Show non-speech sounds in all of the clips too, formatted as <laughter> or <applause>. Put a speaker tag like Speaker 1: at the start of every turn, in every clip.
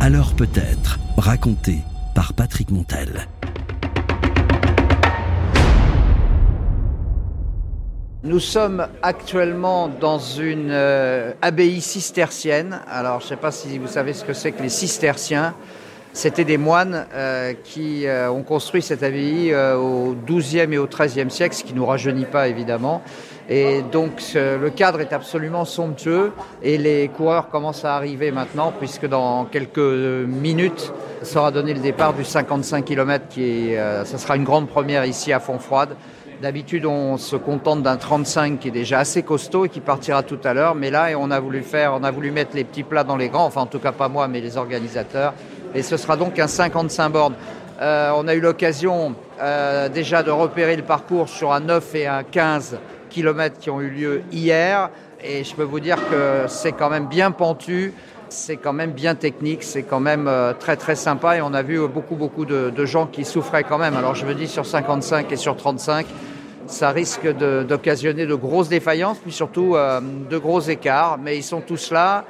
Speaker 1: Alors peut-être, raconté par Patrick Montel.
Speaker 2: Nous sommes actuellement dans une euh, abbaye cistercienne. Alors, je ne sais pas si vous savez ce que c'est que les cisterciens. C'était des moines euh, qui euh, ont construit cette abbaye euh, au XIIe et au XIIIe siècle, ce qui ne nous rajeunit pas évidemment. Et donc ce- le cadre est absolument somptueux et les coureurs commencent à arriver maintenant puisque dans quelques euh, minutes sera donné le départ du 55 km qui est, euh, ça sera une grande première ici à Fontfroide. D'habitude on se contente d'un 35 qui est déjà assez costaud et qui partira tout à l'heure mais là on a voulu faire on a voulu mettre les petits plats dans les grands enfin en tout cas pas moi mais les organisateurs et ce sera donc un 55 bornes. Euh, on a eu l'occasion euh, déjà de repérer le parcours sur un 9 et un 15 kilomètres qui ont eu lieu hier. Et je peux vous dire que c'est quand même bien pentu, c'est quand même bien technique, c'est quand même euh, très très sympa. Et on a vu euh, beaucoup beaucoup de, de gens qui souffraient quand même. Alors je me dis sur 55 et sur 35, ça risque de- d'occasionner de, grosses défaillances, puis surtout euh, de gros écarts. Mais ils sont tous là.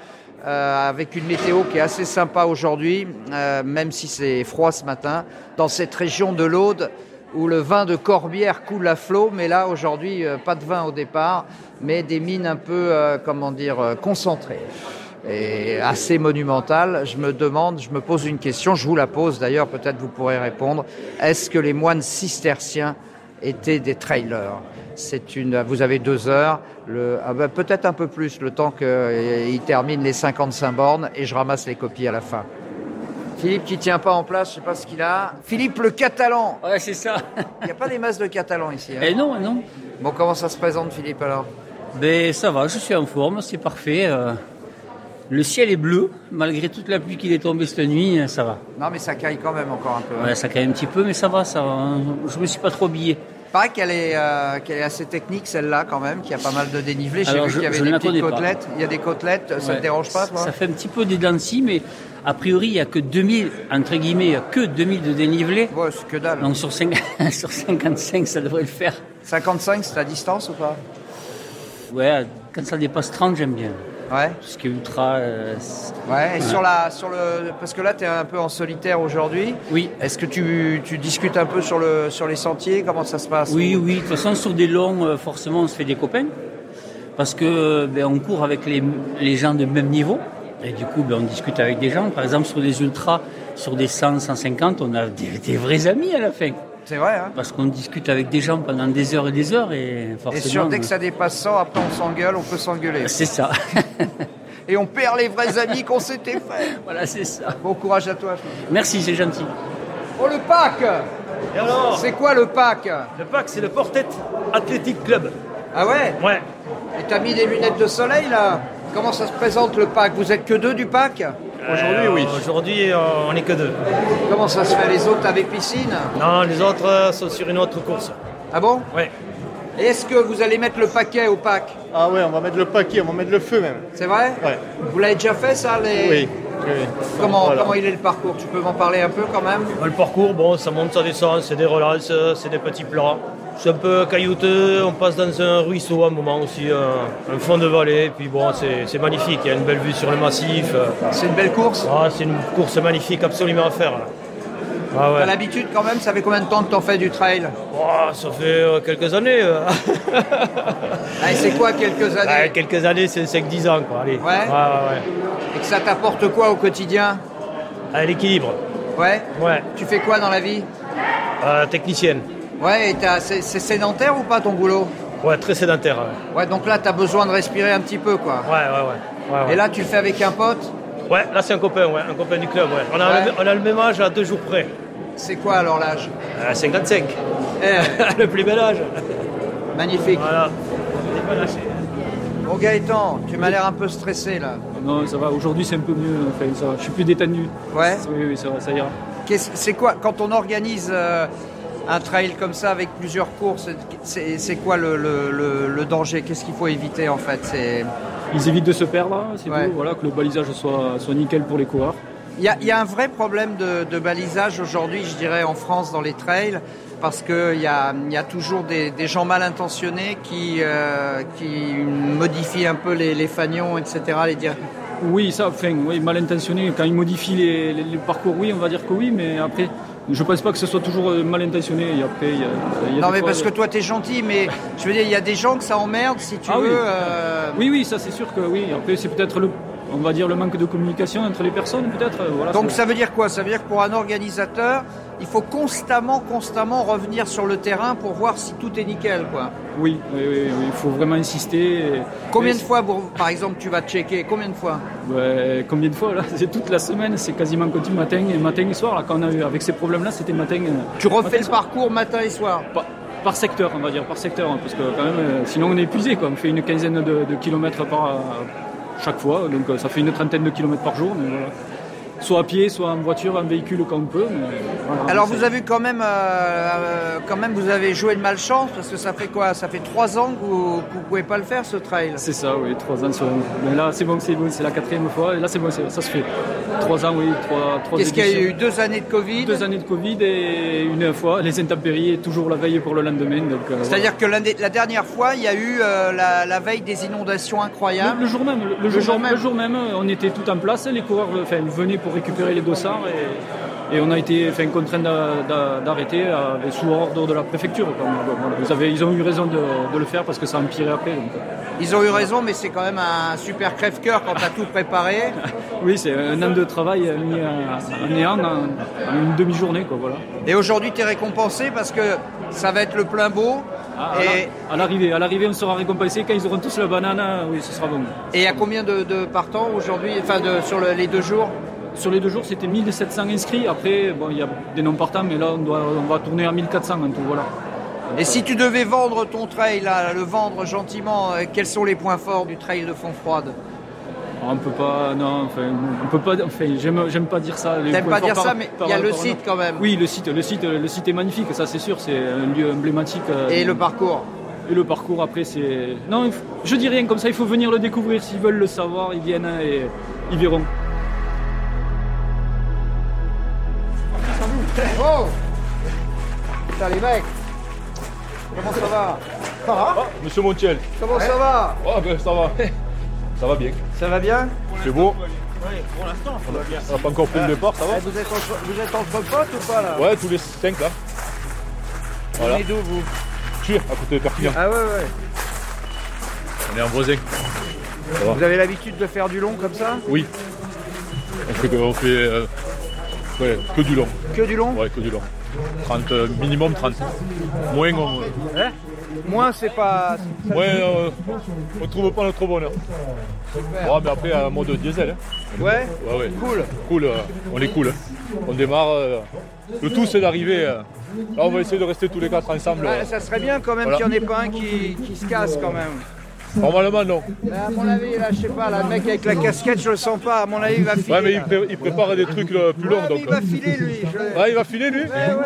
Speaker 2: euh, avec une météo qui est assez sympa aujourd'hui, euh, même si c'est froid ce matin. Dans cette région de l'Aude, où le vin de Corbière coule à flot, mais là aujourd'hui euh, pas de vin au départ, mais des mines un peu, euh, comment dire, euh, concentrées et assez monumentales. Je me demande, je me pose une question, je vous la pose d'ailleurs, peut-être vous pourrez répondre. Est-ce que les moines cisterciens étaient des trailers c'est une. Vous avez deux heures, le, ah ben, peut-être un peu plus, le temps qu'il termine les 55 bornes et je ramasse les copies à la fin. Philippe qui tient pas en place, je sais pas ce qu'il a. Philippe le Catalan.
Speaker 3: Ouais, c'est ça.
Speaker 2: Il n'y a pas des masses de Catalans ici. hein.
Speaker 3: Et non, eh non.
Speaker 2: Bon, comment ça se présente, Philippe, alors
Speaker 3: Ben ça va, je suis en forme, c'est parfait. euh, Le ciel est bleu, malgré toute la pluie qui est tombée cette nuit, euh, ça va.
Speaker 2: Non, mais ça caille quand même encore un peu. hein.
Speaker 3: Ouais, ça caille un petit peu, mais ça va, ça va. hein. Je me suis pas trop habillé.
Speaker 2: Il paraît qu'elle est, euh, qu'elle est assez technique, celle-là, quand même, qu'il y a pas mal de dénivelé. J'ai
Speaker 3: Alors,
Speaker 2: vu
Speaker 3: je-
Speaker 2: qu'il y avait
Speaker 3: je
Speaker 2: des
Speaker 3: ne la
Speaker 2: petites
Speaker 3: connais pas.
Speaker 2: côtelettes. Il y a des côtelettes, ça ne
Speaker 3: Ouais.
Speaker 2: te dérange pas, toi
Speaker 3: Ça fait un petit peu des dents de scie, mais a priori, il n'y a que 2000, entre guillemets, il y a que 2000 de dénivelé.
Speaker 2: Ouais, c'est que dalle.
Speaker 3: Donc sur, cinq- <laughs> sur 55, ça devrait le faire.
Speaker 2: 55, c'est la distance ou pas
Speaker 3: Ouais, quand ça dépasse 30, j'aime bien.
Speaker 2: Ouais.
Speaker 3: Parce que ultra, euh, c'est-
Speaker 2: Ouais, et sur la, sur le, parce que là, tu es un peu en solitaire aujourd'hui.
Speaker 3: oui.
Speaker 2: Est-ce que tu, tu discutes un peu sur, le, sur les sentiers Comment ça se passe
Speaker 3: Oui, oui. De toute façon, sur des longs, euh, forcément, on se fait des copains. Parce que ben, on court avec les, les gens de même niveau. Et du coup, ben, on discute avec des gens. Par exemple, sur des ultras, sur des 100, 150, on a des, des vrais amis à la fin.
Speaker 2: C'est vrai, hein
Speaker 3: Parce qu'on discute avec des gens pendant des heures et des heures. Et
Speaker 2: Et
Speaker 3: forcément. euh,
Speaker 2: sur, dès que ça dépasse 100, après on s'engueule, on peut s'engueuler.
Speaker 3: <laughs> C'est ça.
Speaker 2: Et on perd les vrais amis qu'on s'était fait.
Speaker 3: <laughs> voilà, c'est ça.
Speaker 2: Bon courage à toi.
Speaker 3: Merci, c'est gentil.
Speaker 2: Oh le pack
Speaker 4: Et alors
Speaker 2: C'est quoi le pack
Speaker 4: Le PAC, c'est le Portet Athletic Club.
Speaker 2: Ah ouais
Speaker 4: Ouais.
Speaker 2: Et t'as mis des lunettes de soleil là Comment ça se présente le pack Vous êtes que deux du pack
Speaker 4: Euh, Aujourd'hui, oui. Aujourd'hui, euh, on n'est que deux.
Speaker 2: Comment ça se fait Les autres avec piscine
Speaker 4: Non, les autres euh, sont sur une autre course.
Speaker 2: Ah bon
Speaker 4: Ouais.
Speaker 2: Et Est-ce que vous allez mettre le paquet au pack
Speaker 5: Ah ouais, on va mettre le paquet, on va mettre le feu même.
Speaker 2: C'est vrai
Speaker 5: Ouais.
Speaker 2: Vous l'avez déjà fait ça les...
Speaker 5: Oui. oui, oui.
Speaker 2: Comment,
Speaker 5: Voilà.
Speaker 2: comment il est le parcours Tu peux m'en parler un peu quand même
Speaker 4: Euh, Le parcours, bon, ça monte, ça descend, c'est des relances, euh, c'est des petits plats. C'est un peu caillouteux, on passe dans un ruisseau à un moment aussi, euh, un, un fond de vallée. Puis bon, c'est c'est magnifique, il y a une belle vue sur le massif. euh.
Speaker 2: C'est une belle course
Speaker 4: Ah, c'est une course magnifique, absolument à faire. là. Ah
Speaker 2: T'as
Speaker 4: ouais.
Speaker 2: l'habitude quand même Ça fait combien de temps que t'en fais du trail
Speaker 4: Oh, ça fait euh, quelques années. euh.
Speaker 2: Ah, Et c'est quoi quelques
Speaker 4: Ouais,
Speaker 2: années
Speaker 4: quelques années, c'est 5-10 ans, quoi. Allez.
Speaker 2: Ouais.
Speaker 4: ouais, ouais.
Speaker 2: Et que ça t'apporte quoi au quotidien
Speaker 4: Ah, l'équilibre.
Speaker 2: Ouais
Speaker 4: Ouais.
Speaker 2: Tu fais quoi dans la vie
Speaker 4: Euh, technicienne.
Speaker 2: Ouais, et t'as- c'est c'est sédentaire ou pas ton boulot
Speaker 4: Ouais, très sédentaire. Ouais,
Speaker 2: Ouais, donc là, t'as besoin de respirer un petit peu, quoi.
Speaker 4: ouais, ouais. ouais. Ouais, ouais.
Speaker 2: Et là, tu le fais avec un pote.
Speaker 4: Ouais, là, c'est un copain, ouais, un copain du club. Ouais. On, a
Speaker 2: Ouais.
Speaker 4: Le, on a le même âge à deux jours près.
Speaker 2: C'est quoi alors l'âge
Speaker 4: Euh, 55.
Speaker 2: Eh, <laughs>
Speaker 4: le plus bel âge.
Speaker 2: Magnifique.
Speaker 4: Voilà. On est pas lâché.
Speaker 2: Bon, Gaëtan, tu m'as l'air un peu stressé, là.
Speaker 6: Non, ça va. Aujourd'hui, c'est un peu mieux. Enfin, ça va. Je suis plus détendu.
Speaker 2: Ouais.
Speaker 6: Oui, oui, ça va, ça ira.
Speaker 2: Qu'est-ce- C'est quoi, quand on organise euh, un trail comme ça avec plusieurs courses, c'est c'est quoi le, le- le- le danger Qu'est-ce qu'il faut éviter, en fait C'est-
Speaker 6: Ils évitent de se perdre, hein, c'est
Speaker 2: Ouais.
Speaker 6: tout. Voilà, que le balisage soit, soit nickel pour les coureurs.
Speaker 2: Il y, a- il y a un vrai problème de, de balisage aujourd'hui, je dirais, en France dans les trails, parce qu'il y a, il y a toujours des, des gens mal intentionnés qui, euh, qui modifient un peu les, les fagnons, etc., les, dir-
Speaker 6: Oui, ça, enfin, oui, mal intentionné. Quand ils modifient les, les- les parcours, oui, on va dire que oui, mais après, je pense pas que ce soit toujours euh, mal intentionné. Et après, il y a, il y a
Speaker 2: Non,
Speaker 6: des fois-
Speaker 2: mais
Speaker 6: euh,
Speaker 2: parce que toi, t'es gentil, mais je veux dire, il y a des gens que ça emmerde, si tu
Speaker 6: Ah oui.
Speaker 2: veux. euh,
Speaker 6: Oui, oui, ça c'est sûr que oui. Après, c'est peut-être le, on va dire le manque de communication entre les personnes, peut-être. euh, Voilà,
Speaker 2: Donc
Speaker 6: c'est-
Speaker 2: ça veut dire quoi Ça veut dire que pour un organisateur, il faut constamment, constamment revenir sur le terrain pour voir si tout est nickel, quoi.
Speaker 6: Oui, oui, oui, oui, il faut vraiment insister. et-
Speaker 2: Combien
Speaker 6: mais-
Speaker 2: de fois, pour- par exemple, tu vas checker Combien de fois
Speaker 6: Ouais, Combien de fois là <laughs> C'est toute la semaine, c'est quasiment continu matin et matin et soir. Là, quand on a eu avec ces problèmes-là, c'était matin. euh,
Speaker 2: Tu refais
Speaker 6: matin,
Speaker 2: le
Speaker 6: soir.
Speaker 2: parcours matin et soir.
Speaker 6: Par, par secteur, on va dire, par secteur, hein, parce que quand même, euh, sinon on est épuisé, quoi. on fait une quinzaine de, de kilomètres par euh, chaque fois, donc euh, ça fait une trentaine de kilomètres par jour, mais voilà. Soit à pied, soit en voiture, en véhicule quand on peut. mais voilà,
Speaker 2: Alors
Speaker 6: c'est-
Speaker 2: vous avez quand même, euh, euh, quand même, vous avez joué le malchance parce que ça fait quoi Ça fait trois ans que vous, que vous pouvez pas le faire ce trail.
Speaker 6: C'est ça, oui, trois ans sur un. Mais là, c'est bon, c'est bon, c'est la quatrième fois, et là, c'est bon, c'est- ça se fait. Trois ans, oui, trois, trois
Speaker 2: Qu'est-ce qu'il y a
Speaker 6: éditions.
Speaker 2: eu Deux années de Covid.
Speaker 6: Deux années de Covid et une fois les intempéries et toujours la veille pour le lendemain. donc, euh, voilà.
Speaker 2: C'est-à-dire que l'année- la dernière fois, il y a eu euh, la, la veille des inondations
Speaker 6: le,
Speaker 2: incroyables.
Speaker 6: le jour même, le, le jour,
Speaker 2: jour
Speaker 6: même.
Speaker 2: même.
Speaker 6: le jour même, on était tout en place, les coureurs enfin, venaient pour récupérer les dossards et, et on a été enfin, contraints d'a- d'a- d'arrêter euh, sous ordre de la préfecture. quoi. Mais bon, voilà, vous avez- ils ont eu raison de, de le faire parce que ça a empiré après. donc, euh.
Speaker 2: Ils ont eu raison, mais c'est quand même un super crève-cœur quand t'as tout préparé.
Speaker 6: <laughs> Oui, c'est un an de travail euh, mis à- en néant en, en une demi-journée. quoi, Voilà.
Speaker 2: Et aujourd'hui, t'es récompensé parce que ça va être le plein beau.
Speaker 6: Ah, À, à
Speaker 2: et
Speaker 6: la- à l'arrivée, à l'arrivée, on sera récompensé. Quand ils auront tous la banane, euh, oui, ce sera bon.
Speaker 2: et il y a combien de, de partants aujourd'hui, enfin de- sur le- les deux jours
Speaker 6: Sur les deux jours, c'était 1700 inscrits. Après, bon, il y a des non partants, mais là, on, doit, on va tourner à 1400 en tout. Voilà.
Speaker 2: Et si tu devais vendre ton trail, là, le vendre gentiment, euh, quels sont les points forts du trail de fond froide
Speaker 6: Ah, On peut pas, non, enfin, on peut pas, enfin, j'aime, j'aime pas dire ça. Les
Speaker 2: T'aimes
Speaker 6: points
Speaker 2: pas
Speaker 6: forts
Speaker 2: dire
Speaker 6: par-
Speaker 2: ça, mais
Speaker 6: par
Speaker 2: il y a le
Speaker 6: rapport à-
Speaker 2: site quand même.
Speaker 6: Oui, le site, le site, le site est magnifique, ça c'est sûr, c'est un lieu emblématique. euh,
Speaker 2: Et le parcours
Speaker 6: et le parcours après, c'est. Non, il faut- je dis rien comme ça, il faut venir le découvrir. S'ils veulent le savoir, ils viennent hein, et ils verront.
Speaker 2: Oh Putain les mecs Comment ça va Ça va
Speaker 5: Ah, Monsieur Montiel.
Speaker 2: Comment ça va
Speaker 5: Ah ben ça va. ça va bien.
Speaker 2: Ça va bien
Speaker 5: C'est beau. On n'a pas encore pris le départ, ça va
Speaker 2: Eh, vous êtes, entre, vous êtes entre potes ou pas là
Speaker 5: Ouais, tous les 5 là. Voilà.
Speaker 2: Venez d'où vous
Speaker 5: Tire à côté de Perpignan.
Speaker 2: Ah ouais ouais.
Speaker 5: On est en Brosé.
Speaker 2: Vous avez l'habitude de faire du long comme ça
Speaker 5: Oui. On fait, que- on fait euh, ouais, que du long.
Speaker 2: Que du long
Speaker 5: Ouais, que du long. 30, euh, minimum 30. Moins on,
Speaker 2: Moins c'est pas...
Speaker 5: Hein ouais, euh, on trouve pas notre bonheur. Ouais, mais après, à mode diesel. hein.
Speaker 2: Ouais
Speaker 5: Ouais, ouais.
Speaker 2: Cool
Speaker 5: Cool, euh, on est cool. hein. On démarre. euh, le tout, c'est d'arriver. euh, là, on va essayer de rester tous les quatre ensemble. euh,
Speaker 2: Ah, Ça serait bien quand même
Speaker 5: Voilà.
Speaker 2: qu'il n'y en ait pas un qui, qui se casse quand même.
Speaker 5: Normalement, non.
Speaker 2: Là, Ben, à mon avis, là, je sais pas, là, le mec avec la casquette, je le sens pas. À mon avis, il va filer.
Speaker 5: Ouais, mais il,
Speaker 2: là.
Speaker 5: pré- il prépare des trucs euh, plus
Speaker 2: Ah,
Speaker 5: longs.
Speaker 2: mais
Speaker 5: Donc,
Speaker 2: il
Speaker 5: euh.
Speaker 2: va filer, lui. je-
Speaker 5: Ah, il va filer, lui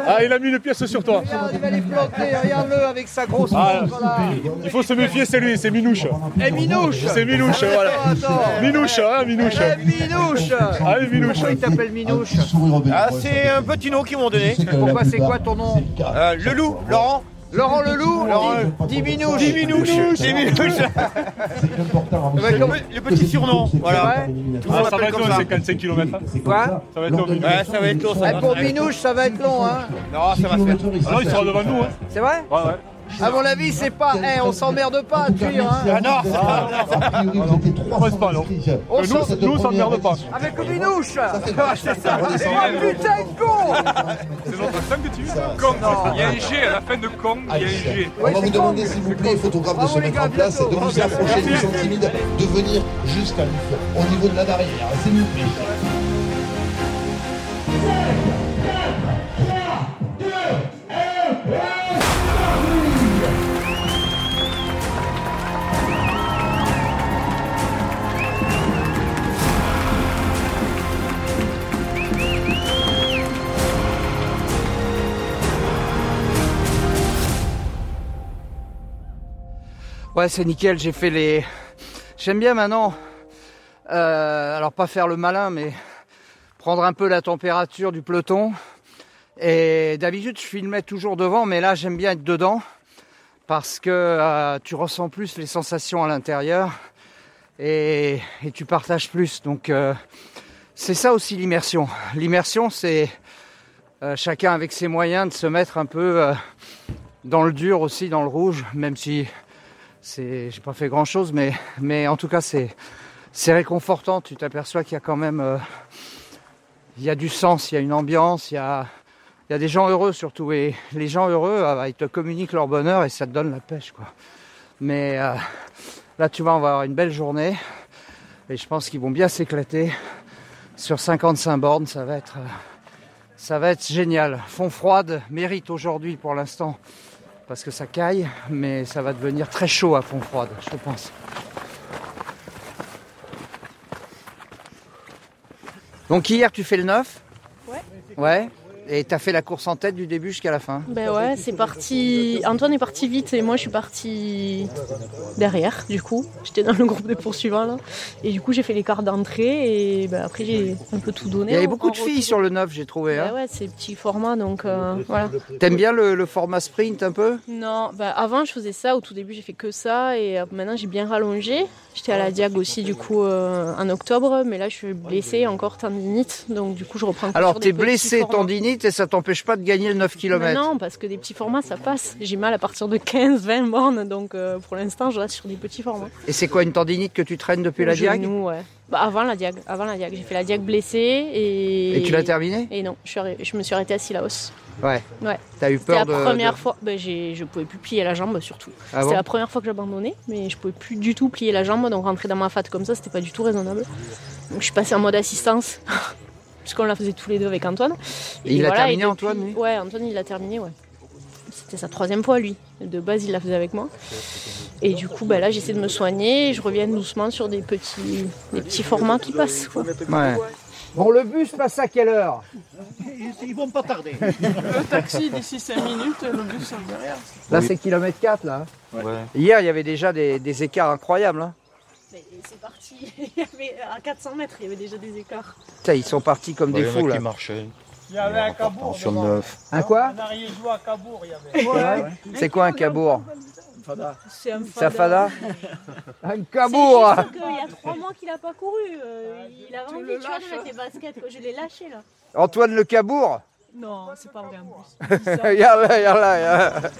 Speaker 5: Ah, il a mis une pièce sur toi.
Speaker 2: Regarde, il va les planter. Regarde-le avec sa grosse
Speaker 5: Ah,
Speaker 2: montre, là.
Speaker 5: Il faut se méfier, c'est lui, c'est Minouche.
Speaker 2: Eh, Minouche
Speaker 5: C'est Minouche, voilà.
Speaker 2: Attends, attends.
Speaker 5: Minouche, hein, Minouche.
Speaker 2: Eh, Minouche
Speaker 5: Allez, Minouche.
Speaker 2: Pourquoi il t'appelle Minouche
Speaker 7: Ah, c'est un petit nom qu'ils m'ont donné.
Speaker 2: Pourquoi c'est quoi ton nom
Speaker 7: Euh, le loup, Laurent.
Speaker 2: Laurent Leloup
Speaker 7: Laurent-
Speaker 2: Dis Minouche
Speaker 7: C'est Minouche. Le, le petit surnom, voilà.
Speaker 2: Ouais.
Speaker 7: Tout le monde
Speaker 5: Ah, ça va
Speaker 7: m'appelle
Speaker 5: être
Speaker 7: comme
Speaker 5: long,
Speaker 7: ça.
Speaker 5: ces 45 km.
Speaker 2: Quoi
Speaker 5: hein. Ça va être long.
Speaker 7: Ouais, ça va être long, ça
Speaker 2: Eh,
Speaker 7: va.
Speaker 2: Pour Minouche, ça va être long, hein
Speaker 7: Non, ça va se faire.
Speaker 5: Ah non, il sera devant nous. Hein.
Speaker 2: C'est vrai
Speaker 5: Ouais, ouais.
Speaker 2: À mon avis, c'est pas. Eh, on s'emmerde pas à cuire, hein
Speaker 7: Ah non, ça va.
Speaker 8: Ah,
Speaker 5: pense pas, non.
Speaker 2: On
Speaker 5: Mais nous,
Speaker 2: s'en-
Speaker 5: nous, on s'emmerde pas.
Speaker 2: Avec le Minouche
Speaker 8: Ah,
Speaker 2: <laughs> C'est ça Oh putain, de con
Speaker 5: C'est notre femme que tu veux.
Speaker 2: Non.
Speaker 9: Il y a un G à la fin de con,
Speaker 2: Ah,
Speaker 9: il y a un G.
Speaker 8: On
Speaker 2: Ouais,
Speaker 8: va
Speaker 2: c'est
Speaker 8: vous demander,
Speaker 2: con.
Speaker 8: s'il vous plaît, aux photographes, de
Speaker 2: Bravo,
Speaker 8: se
Speaker 2: Ah, les
Speaker 8: mettre
Speaker 2: gars,
Speaker 8: en place et de
Speaker 2: bientôt. Ah,
Speaker 8: vous approcher des gens timides, de venir jusqu'à lui. Au niveau de la barrière, s'il vous plaît.
Speaker 2: Ouais, c'est nickel, j'ai fait les. J'aime bien maintenant, euh, alors pas faire le malin, mais prendre un peu la température du peloton. Et d'habitude, je filmais toujours devant, mais là, j'aime bien être dedans parce que euh, tu ressens plus les sensations à l'intérieur. et, et tu partages plus. Donc euh, c'est ça aussi l'immersion. L'immersion, c'est euh, chacun avec ses moyens de se mettre un peu euh, dans le dur aussi, dans le rouge, même si c'est, j'ai pas fait grand chose, mais, mais en tout cas c'est, c'est réconfortant. Tu t'aperçois qu'il y a quand même, euh, il y a du sens, il y a une ambiance, il y a, il y a des gens heureux surtout, et les gens heureux, ah bah, ils te communiquent leur bonheur et ça te donne la pêche quoi. Mais euh, là, tu vois, on va avoir une belle journée. Et je pense qu'ils vont bien s'éclater. Sur 55 bornes, ça va être, euh, ça va être génial. Fond froide mérite aujourd'hui pour l'instant parce que ça caille, mais ça va devenir très chaud à fond froide, je pense. Donc hier, tu fais le 9
Speaker 10: Ouais.
Speaker 2: Ouais. Et t'as fait la course en tête du début jusqu'à la fin.
Speaker 10: Ben ouais, c'est parti. Antoine est parti vite et moi je suis partie derrière, du coup. J'étais dans le groupe des poursuivants, là. Et du coup, j'ai fait les quarts d'entrée et ben, après, j'ai un peu tout donné.
Speaker 2: Il y avait
Speaker 10: en-
Speaker 2: beaucoup
Speaker 10: en
Speaker 2: de filles
Speaker 10: retour.
Speaker 2: sur le 9, j'ai trouvé.
Speaker 10: Ben
Speaker 2: hein.
Speaker 10: ouais, c'est petit format, donc euh, voilà.
Speaker 2: T'aimes bien le, le format sprint un peu
Speaker 10: Non, bah avant je faisais ça, au tout début j'ai fait que ça et euh, maintenant j'ai bien rallongé. J'étais à la Diag aussi du coup euh, en octobre, mais là je suis blessée encore tendinite, donc du coup je reprends. que
Speaker 2: Alors,
Speaker 10: sur
Speaker 2: t'es
Speaker 10: des petits
Speaker 2: blessé
Speaker 10: formats.
Speaker 2: tendinite et ça t'empêche pas de gagner le 9
Speaker 10: Mais
Speaker 2: km.
Speaker 10: Bah Non, parce que des petits formats ça passe. J'ai mal à partir de 15-20 bornes, donc euh, pour l'instant je reste sur des petits formats.
Speaker 2: Et c'est quoi une tendinite que tu traînes depuis la
Speaker 10: Au
Speaker 2: diag
Speaker 10: genou, ouais. Bah avant la Diag, avant la Diag, j'ai fait la Diag blessée et.
Speaker 2: Et tu l'as terminé
Speaker 10: Et non, je, suis arri- je me suis arrêtée à Sillaos.
Speaker 2: Ouais.
Speaker 10: Ouais.
Speaker 2: T'as eu
Speaker 10: C'était
Speaker 2: peur
Speaker 10: la
Speaker 2: de. de-
Speaker 10: première fois, ben, j'ai- je pouvais plus plier la jambe surtout.
Speaker 2: Ah bon
Speaker 10: c'était la première fois que j'abandonnais, mais je pouvais plus du tout plier la jambe, donc rentrer dans ma fat comme ça, c'était pas du tout raisonnable. Donc je suis passée en mode assistance, <laughs> puisqu'on la faisait tous les deux avec Antoine.
Speaker 2: Et il l'a terminé,
Speaker 10: depuis-
Speaker 2: Antoine, lui
Speaker 10: Ouais, Antoine il l'a terminé, ouais. C'était sa troisième fois lui. De base il la faisait avec moi. Et du coup ben, là j'essaie de me soigner, et je reviens doucement sur des petits, des petits formats qui passent. quoi.
Speaker 2: Ouais. Bon, le bus passe à quelle heure
Speaker 7: Ils vont pas
Speaker 11: <laughs>
Speaker 7: tarder.
Speaker 11: Le taxi d'ici 5 minutes, le bus derrière.
Speaker 2: Là, c'est kilomètre 4, là. hein. Hier, il y avait déjà des, des écarts incroyables. hein.
Speaker 10: C'est parti, <laughs> il y avait, à 400 mètres il y avait déjà des écarts.
Speaker 2: Putain, Ils sont partis comme des fous, là.
Speaker 7: marchaient.
Speaker 11: Il y avait un cabourg.
Speaker 7: Sur le 9.
Speaker 2: Un quoi
Speaker 11: arrière joue à cabourg, il y avait.
Speaker 2: C'est quoi un cabourg
Speaker 10: C'est un
Speaker 2: C'est un fada Un cabourg
Speaker 10: Il y a trois mois qu'il n'a pas couru. euh, il avait envie tu vois, de mettre les baskets. Quoi. Je l'ai lâché là.
Speaker 2: Antoine le cabourg
Speaker 10: Non, c'est pas vrai. en plus.
Speaker 2: <laughs> Regarde là, regarde là. regarde.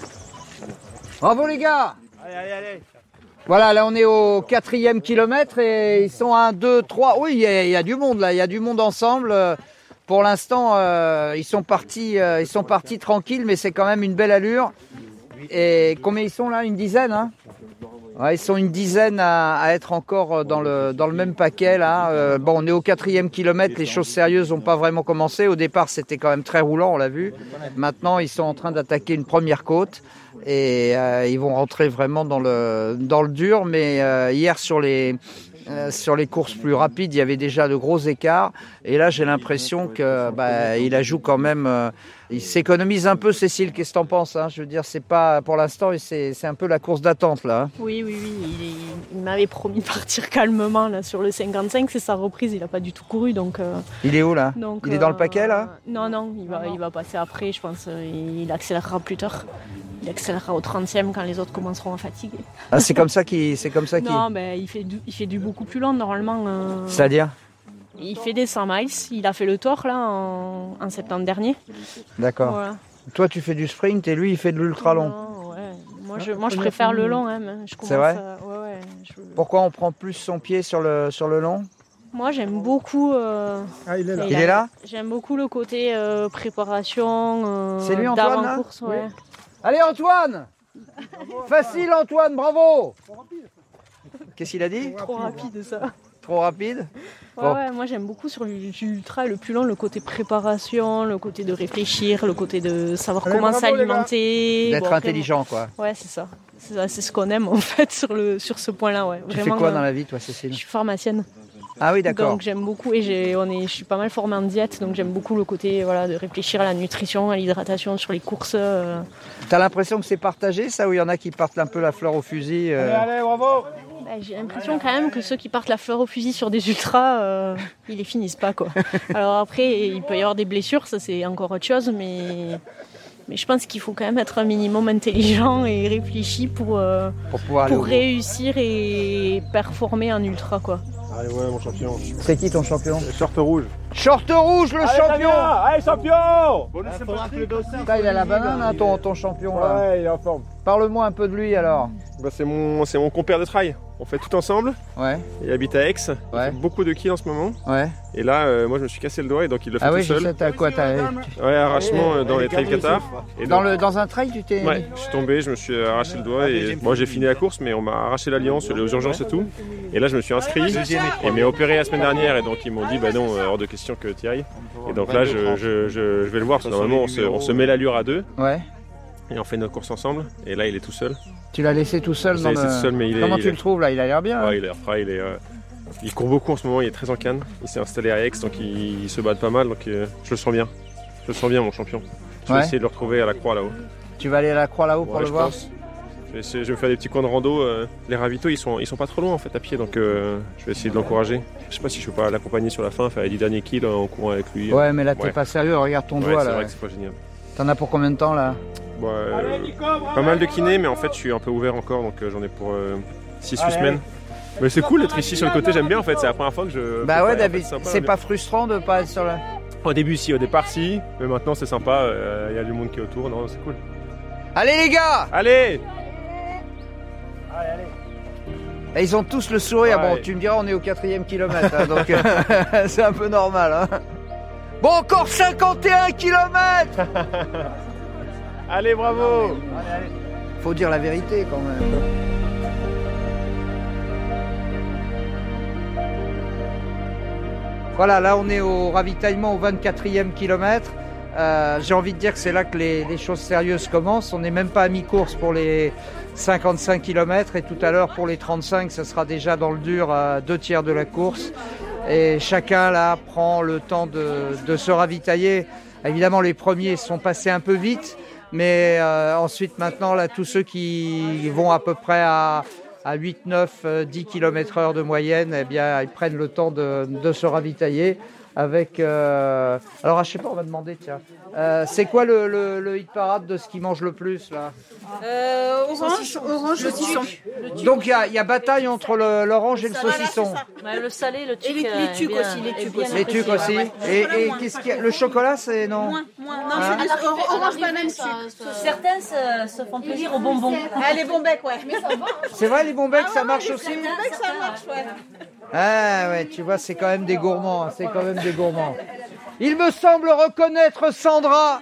Speaker 2: Bravo, les gars
Speaker 11: Allez, allez, allez.
Speaker 2: Voilà, là on est au quatrième kilomètre et ils sont à 1, 2, 3. Oui, il y, a- il y a du monde là, il y a du monde ensemble. Euh, Pour l'instant, euh, ils sont partis, euh, ils sont partis tranquilles, mais c'est quand même une belle allure. Et combien ils sont là Une dizaine, hein Ouais, ils sont une dizaine à, à être encore euh, dans le, dans le même paquet là. Euh, bon, on est au quatrième kilomètre, les choses sérieuses n'ont pas vraiment commencé. Au départ, c'était quand même très roulant, on l'a vu. Maintenant, ils sont en train d'attaquer une première côte et euh, ils vont rentrer vraiment dans le, dans le dur. Mais euh, hier, sur les, euh, sur les courses plus rapides, il y avait déjà de gros écarts. Et là, j'ai l'impression que bah, il la joue quand même. euh, il s'économise un peu, Cécile. Qu'est-ce que t'en penses hein Je veux dire, c'est pas pour l'instant, c'est c'est un peu la course d'attente là. hein.
Speaker 10: Oui, oui, oui. Il, il m'avait promis de partir calmement là, sur le 55. C'est sa reprise. Il n'a pas du tout couru. Donc, euh,
Speaker 2: Il est où là
Speaker 10: donc,
Speaker 2: Il est dans le
Speaker 10: euh,
Speaker 2: paquet là
Speaker 10: Non, non. Il va, il va passer après, je pense. euh, Il accélérera plus tard. Il accélérera au 30e quand les autres commenceront à fatiguer.
Speaker 2: ah, C'est comme ça qui, c'est
Speaker 10: <laughs>
Speaker 2: comme ça qui.
Speaker 10: Non, mais il fait, du, il fait du beaucoup plus lent normalement. euh,
Speaker 2: C'est-à-dire
Speaker 10: il fait des 100 miles. Il a fait le tour là en, en septembre dernier.
Speaker 2: D'accord.
Speaker 10: Voilà.
Speaker 2: Toi, tu fais du sprint et lui, il fait de l'ultra long.
Speaker 10: Non, ouais. Moi, je, moi, je préfère le long. hein, mais je commence
Speaker 2: C'est vrai
Speaker 10: à- ouais, ouais, je-
Speaker 2: Pourquoi on prend plus son pied sur le sur le long
Speaker 10: Moi, j'aime beaucoup. euh,
Speaker 11: Ah, il est
Speaker 10: et
Speaker 2: Il est là
Speaker 10: J'aime beaucoup le côté euh, préparation. euh,
Speaker 2: C'est lui, Antoine, là
Speaker 10: d'avant-course, ouais.
Speaker 2: Allez, Antoine Facile, Antoine, bravo Qu'est-ce qu'il a dit
Speaker 10: Trop rapide, ça.
Speaker 2: Trop rapide
Speaker 10: Ouais,
Speaker 2: Bon.
Speaker 10: ouais, moi, j'aime beaucoup sur l'ultra, le plus long, le côté préparation, le côté de réfléchir, le côté de savoir
Speaker 11: Allez,
Speaker 10: comment
Speaker 11: bravo, les gars.
Speaker 10: s'alimenter.
Speaker 2: D'être
Speaker 10: Bon, après,
Speaker 2: intelligent, quoi.
Speaker 10: moi- Ouais, c'est ça. C'est ça, c'est ce qu'on aime, en <laughs> fait, sur, le, sur ce point-là, ouais.
Speaker 2: Tu
Speaker 10: Vraiment,
Speaker 2: fais quoi
Speaker 10: euh,
Speaker 2: dans la vie, toi,
Speaker 10: Je
Speaker 2: Cécile
Speaker 10: suis pharmacienne.
Speaker 2: Ah oui, d'accord.
Speaker 10: Donc j'aime beaucoup et j'ai, on est, je suis pas mal formée en diète, donc j'aime beaucoup le côté voilà, de réfléchir à la nutrition, à l'hydratation, sur les courses. euh.
Speaker 2: T'as l'impression que c'est partagé, ça, ou il y en a qui partent un peu la fleur au fusil euh,
Speaker 11: allez, bravo.
Speaker 10: Bah, j'ai l'impression quand même que ceux qui partent la fleur au fusil sur des ultras, euh,
Speaker 2: <laughs>
Speaker 10: ils les finissent pas quoi. Alors après, il peut y avoir des blessures, ça c'est encore autre chose, mais Mais je pense qu'il faut quand même être un minimum intelligent et réfléchi pour, euh,
Speaker 2: Pour pouvoir aller au
Speaker 10: pour
Speaker 2: bout.
Speaker 10: réussir et performer en ultra quoi.
Speaker 12: Allez, ouais, mon champion.
Speaker 2: C'est qui ton champion
Speaker 12: Short rouge.
Speaker 2: Short rouge, le
Speaker 12: Allez,
Speaker 2: champion
Speaker 12: Damien, allez, champion
Speaker 2: Putain, Il a la banane, hein, ton, ton champion. là.
Speaker 12: Ouais, il est en forme.
Speaker 2: Parle-moi un peu de lui alors.
Speaker 12: Bah, c'est mon, c'est mon compère de trail. On fait tout ensemble.
Speaker 2: Ouais.
Speaker 12: Il habite à Aix. Il fait beaucoup de kills en ce moment.
Speaker 2: Ouais.
Speaker 12: Et là, euh, moi, je me suis cassé le doigt et donc il le fait
Speaker 2: Ah
Speaker 12: tout
Speaker 2: oui, je
Speaker 12: seul.
Speaker 2: sais, t'as eh, quoi t'as-
Speaker 12: Ouais, arrachement euh, dans
Speaker 2: Ouais,
Speaker 12: les trails
Speaker 2: garde le
Speaker 12: Qatar.
Speaker 2: souffle.
Speaker 12: Et
Speaker 2: Dans,
Speaker 12: donc-
Speaker 2: le, dans un trail, tu t'es.
Speaker 12: Ouais, je suis tombé, je me suis arraché le doigt et moi j'ai fini la course, mais on m'a arraché l'alliance, les urgences et tout. Et là je me suis inscrit et m'ai opéré la semaine dernière et donc ils m'ont dit bah non, euh, hors de question que tu ailles. Et donc là je, je- je- je vais le voir parce que normalement on se, on se met l'allure à deux
Speaker 2: Ouais.
Speaker 12: et on fait notre course ensemble. Et là il est tout seul.
Speaker 2: Tu l'as laissé tout seul
Speaker 12: Je l'ai
Speaker 2: dans
Speaker 12: laissé
Speaker 2: le-
Speaker 12: tout seul, mais il est-
Speaker 2: Comment
Speaker 12: il
Speaker 2: tu
Speaker 12: est-
Speaker 2: le trouves là Il a l'air bien. hein?
Speaker 12: Ouais, il est refra, il est. euh, il court beaucoup en ce moment, il est très en canne. Il s'est installé à Aix donc il, il se bat pas mal donc euh, je le sens bien. Je le sens bien mon champion. Je vais
Speaker 2: Ouais.
Speaker 12: essayer de le retrouver à la croix là-haut.
Speaker 2: Tu vas aller à la croix là-haut pour
Speaker 12: Ouais,
Speaker 2: le
Speaker 12: je
Speaker 2: voir
Speaker 12: pense. Je vais, essayer- je vais me faire des petits coins de rando. euh, les ravitaux, ils sont, ils sont pas trop loin en fait à pied, donc euh, je vais essayer de l'encourager. Je sais pas si je peux pas l'accompagner sur la fin, faire les 10 derniers kills en courant avec lui.
Speaker 2: Ouais, mais là, t'es pas sérieux, regarde ton
Speaker 12: Ouais,
Speaker 2: doigt,
Speaker 12: C'est
Speaker 2: là.
Speaker 12: vrai que c'est pas génial.
Speaker 2: T'en as pour combien de temps là
Speaker 12: Bon, euh, pas mal de kiné, mais en fait, je suis un peu ouvert encore, donc euh, j'en ai pour 6
Speaker 2: Allez.
Speaker 12: semaines. Mais c'est cool d'être ici sur le côté, j'aime bien en fait, c'est la première fois que je.
Speaker 2: Bah
Speaker 12: que ça- Euh,
Speaker 2: ouais,
Speaker 12: en fait,
Speaker 2: David,
Speaker 12: sympa,
Speaker 2: c'est
Speaker 12: mais-
Speaker 2: pas frustrant de pas être sur la.
Speaker 12: Au début, si, au départ, si, mais maintenant c'est sympa, euh, il y a du monde qui est autour, non, c'est cool.
Speaker 2: Allez Eh, les gars
Speaker 12: Allez
Speaker 2: Et Bah, Ils ont tous le sourire.
Speaker 12: Ouais.
Speaker 2: Bon, tu me diras, on est au quatrième kilomètre, hein, donc <laughs> euh, c'est un peu normal. hein. Bon, encore 51 kilomètres
Speaker 12: <laughs> Allez,
Speaker 2: Oh.
Speaker 12: bravo
Speaker 2: Faut dire la vérité quand même. Voilà, là on est au ravitaillement au 24e kilomètre. Euh, J'ai envie de dire que c'est là que les, les choses sérieuses commencent. On n'est même pas à mi-course pour les 55 km et tout à l'heure pour les 35, ça sera déjà dans le dur à deux tiers de la course. Et chacun là prend le temps de, de se ravitailler. Évidemment, les premiers sont passés un peu vite, mais euh, ensuite maintenant là tous ceux qui vont à peu près à à 8, 9, euh, 10 km heure de moyenne, eh bien, ils prennent le temps de, de se ravitailler avec... euh, Alors, ah, je sais pas, on va demander, tiens. Euh, c'est quoi le, le- le hit parade de ce qui mange le plus, là
Speaker 13: Euh, orange, orange, le saucisson.
Speaker 2: Donc, il y a, il y a bataille entre le- l'orange et le saucisson.
Speaker 13: le salé, le
Speaker 14: tuc,
Speaker 13: Et les,
Speaker 14: euh,
Speaker 13: les tucs
Speaker 14: est bien-
Speaker 13: aussi, les
Speaker 14: est
Speaker 13: tucs
Speaker 14: bien
Speaker 13: aussi.
Speaker 2: Les tucs aussi. Et, et qu'est-ce qu'il y a Le chocolat, c'est... Non
Speaker 13: Moins,
Speaker 2: non, Hein c'est des
Speaker 14: orange banane sucre.
Speaker 13: Certains se, se font plaisir aux bonbons.
Speaker 14: Ah, les bonbons, ouais. Mais ça va.
Speaker 2: C'est vrai, Ah les bons becs,
Speaker 13: Ah,
Speaker 2: ça marche aussi
Speaker 14: ça marche, ouais.
Speaker 2: Ah ouais, tu vois, c'est quand même des gourmands. hein, C'est quand même des gourmands. Il me semble reconnaître Sandra.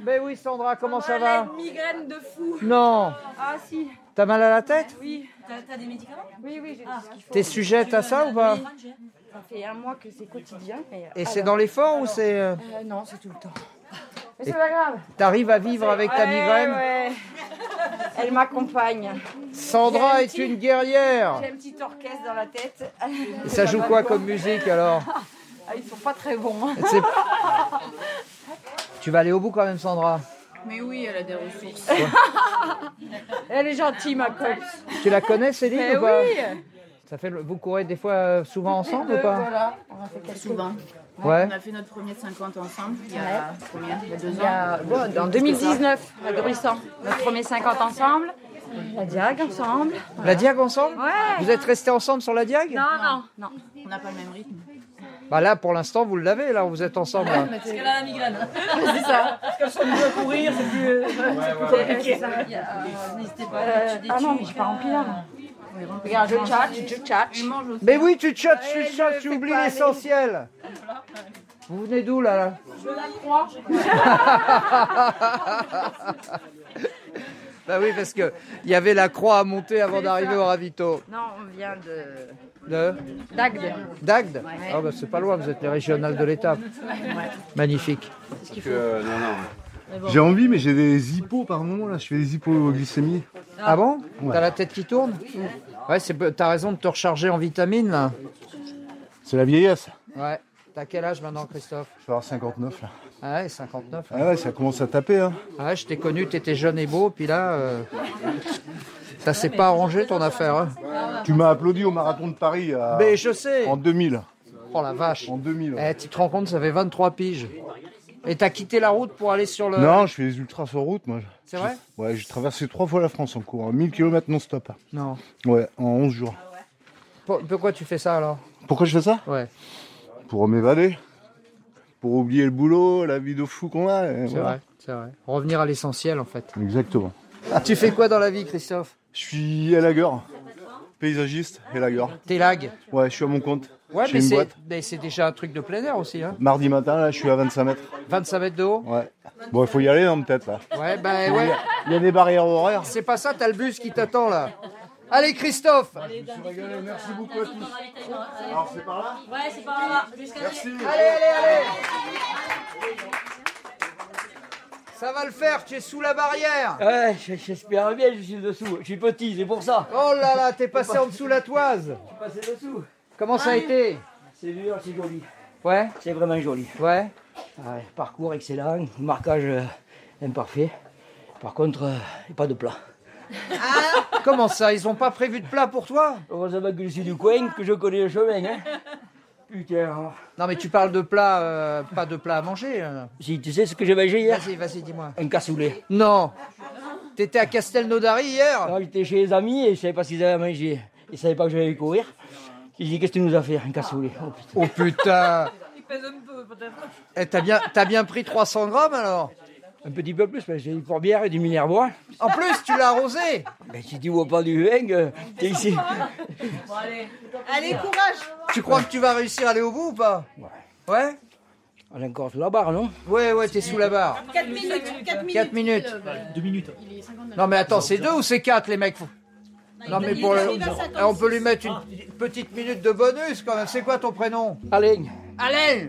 Speaker 2: Ben oui, Sandra, comment ça va
Speaker 15: Ah, Migraine de fou.
Speaker 2: Non.
Speaker 15: Ah si.
Speaker 2: T'as mal à la tête
Speaker 15: Oui. T'as des médicaments Oui, oui, j'ai tout ce qu'il faut.
Speaker 2: T'es sujette à ça ou pas
Speaker 15: Ça fait un mois que c'est quotidien. mais-
Speaker 2: Et
Speaker 15: alors-
Speaker 2: c'est dans l'effort ou c'est... euh,
Speaker 15: Euh, Non, c'est tout le temps. Mais
Speaker 2: Et-
Speaker 15: c'est pas grave.
Speaker 2: T'arrives à vivre avec ta
Speaker 15: Ouais,
Speaker 2: migraine
Speaker 15: ouais. Elle m'accompagne.
Speaker 2: Sandra
Speaker 15: J'ai un
Speaker 2: est
Speaker 15: petit-
Speaker 2: une guerrière.
Speaker 15: J'ai un petit orchestre dans la tête.
Speaker 2: Et ça joue quoi comme musique alors
Speaker 15: <laughs> Ah, Ils sont pas très bons.
Speaker 2: C'est- Tu vas aller au bout quand même, Sandra.
Speaker 15: Mais oui, elle a des ressources. <laughs> elle est gentille, ma copine.
Speaker 2: Tu la connais, Céline
Speaker 15: Mais
Speaker 2: ou pas
Speaker 15: Ben oui.
Speaker 2: Ça fait le- Vous courez des fois euh, souvent ensemble ou pas
Speaker 15: Voilà, on a fait quelques-
Speaker 14: Souvent.
Speaker 2: Ouais.
Speaker 14: On a fait notre premier de 50 ensemble il y a combien Il y a deux
Speaker 15: Il y a-
Speaker 14: ans
Speaker 15: bon, en 2019, à Gruissan, notre premier 50 ensemble, la Diag ensemble.
Speaker 2: La Diag ensemble
Speaker 15: Ouais.
Speaker 2: Vous êtes restés ensemble sur la Diag
Speaker 15: Non, non, non.
Speaker 14: On n'a pas le même rythme.
Speaker 2: Bah là, pour l'instant, vous l'avez, là, vous êtes ensemble. là.
Speaker 14: Parce qu'elle a la migraine.
Speaker 15: <laughs> C'est ça.
Speaker 14: Parce qu'elle sont mieux à courir, c'est
Speaker 15: <laughs>
Speaker 14: plus, c'est plus compliqué. Euh, N'hésitez pas à
Speaker 15: Euh, ah non, mais j'ai pas rempli là. moi. Regarde, je tchatche, je tchatche.
Speaker 2: Mais oui, tu tchatches, tu
Speaker 15: Ouais, Ah, je
Speaker 2: tchatches, tu
Speaker 15: fais
Speaker 2: oublies
Speaker 15: pas les-
Speaker 2: l'essentiel. Vous venez d'où
Speaker 15: <laughs>
Speaker 2: là, là
Speaker 15: Je la crois.
Speaker 2: Bah oui, parce que il y avait la croix à monter <laughs> avant d'arriver au ravito.
Speaker 15: Non, on vient de
Speaker 2: De
Speaker 15: d'Agde.
Speaker 2: D'Agde
Speaker 15: Ouais.
Speaker 2: Ah bah c'est pas loin, vous êtes les régionales de l'étape. Magnifique.
Speaker 16: J'ai envie, mais j'ai des hippos par moment là. Je fais des hypoglycémies.
Speaker 2: Ah bon
Speaker 16: Ouais.
Speaker 2: T'as la tête qui tourne Ouais, c'est peu- t'as raison de te recharger en vitamines là.
Speaker 16: C'est la vieillesse.
Speaker 2: Ouais. T'as quel âge maintenant, Christophe
Speaker 16: Je vais avoir 59 là.
Speaker 2: Ah ouais, 59.
Speaker 16: Ah ouais, ça commence à taper. Hein.
Speaker 2: Ah ouais, je t'ai connu, t'étais jeune et beau, puis là, euh, ça s'est pas arrangé ton affaire. hein.
Speaker 16: Tu m'as applaudi au marathon de Paris. à-
Speaker 2: Mais je sais.
Speaker 16: En 2000.
Speaker 2: Oh la vache. En
Speaker 16: 2000.
Speaker 2: Eh, tu te rends compte, ça fait 23 piges. Et t'as quitté la route pour aller sur le.
Speaker 16: Non, je fais les ultras sur route, moi.
Speaker 2: C'est vrai
Speaker 16: Ouais, j'ai traversé trois fois la France en courant, 1000 km non-stop.
Speaker 2: Non.
Speaker 16: Ouais, en 11 jours.
Speaker 2: Pour- Pourquoi tu fais ça alors
Speaker 16: Pourquoi je fais ça
Speaker 2: Ouais.
Speaker 16: Pour m'évader. Pour oublier le boulot, la vie de fou qu'on a. et
Speaker 2: C'est
Speaker 16: Eh, voilà.
Speaker 2: vrai, c'est vrai. Revenir à l'essentiel en fait.
Speaker 16: Exactement.
Speaker 2: tu fais quoi dans la vie, Christophe
Speaker 16: Je suis élagueur, paysagiste, élagueur.
Speaker 2: T'es lag
Speaker 16: Ouais, je suis à mon compte.
Speaker 2: Ouais,
Speaker 16: J'ai
Speaker 2: mais
Speaker 16: une
Speaker 2: c'est,
Speaker 16: boîte.
Speaker 2: mais c'est déjà un truc de plein air aussi. Hein.
Speaker 16: Mardi matin, là, je suis à 25 mètres.
Speaker 2: 25 mètres de haut
Speaker 16: Ouais. Bon, il faut y aller, hein, peut-être, là.
Speaker 2: Ouais, bah
Speaker 16: Il y
Speaker 2: ouais.
Speaker 16: a- il y a des barrières horaires.
Speaker 2: C'est pas ça, t'as le bus qui t'attend là. Allez, Christophe
Speaker 16: Merci beaucoup à tous.
Speaker 13: Alors, c'est par là Ouais, c'est par là. Jusqu'à Merci.
Speaker 2: Allez, allez, allez Ça va le faire, tu es sous la barrière
Speaker 17: Ouais, j- j'espère bien, je suis dessous. Je suis petit, c'est pour ça.
Speaker 2: Oh là là, t'es passé en dessous la toise
Speaker 17: Je suis passé dessous.
Speaker 2: Comment ça a été
Speaker 17: C'est dur, c'est joli.
Speaker 2: Ouais
Speaker 17: C'est vraiment joli.
Speaker 2: Ouais.
Speaker 17: Parcours excellent, marquage euh, imparfait. Par contre, euh, y a pas de plat.
Speaker 2: Ah. Comment ça Ils ont pas prévu de plat pour toi
Speaker 17: Heureusement que je suis du coin, que je connais le chemin. Hein. Putain.
Speaker 2: Non mais tu parles de plat, euh, pas de plat à manger. euh.
Speaker 17: Si tu sais ce que j'ai mangé hier
Speaker 2: Vas-y, vas-y, dis-moi.
Speaker 17: Un cassoulet.
Speaker 2: Non T'étais à Castelnaudary hier
Speaker 17: Non, j'étais chez les amis et je savais pas ce qu'ils avaient à manger. Ils savaient pas que j'allais courir. Ils disent qu'est-ce que tu nous as fait Un cassoulet. Oh putain.
Speaker 2: Oh putain
Speaker 14: Il pèse un peu, peut-être.
Speaker 2: Eh, T'as bien, t'as bien pris 300 grammes alors
Speaker 17: Un petit peu plus, parce que j'ai du corbière et du minervois.
Speaker 2: En plus, tu l'as arrosé
Speaker 17: Mais si tu vois pas du vin, euh, t'es ici.
Speaker 14: Bon, allez. Allez, courage
Speaker 2: Tu crois que tu vas réussir à aller au bout ou pas Ouais. Ouais
Speaker 17: On est encore sous la barre, non
Speaker 2: Ouais, ouais, t'es sous la barre.
Speaker 14: 4 minutes, 4 minutes.
Speaker 2: Quatre minutes.
Speaker 14: Deux minutes.
Speaker 2: Non mais attends, c'est deux ou c'est quatre les mecs faut- Non mais pour le-
Speaker 14: Il va s'attendre.
Speaker 2: Eh, on peut lui mettre une petite minute de bonus quand même. C'est quoi ton prénom
Speaker 17: Alain.
Speaker 2: Alain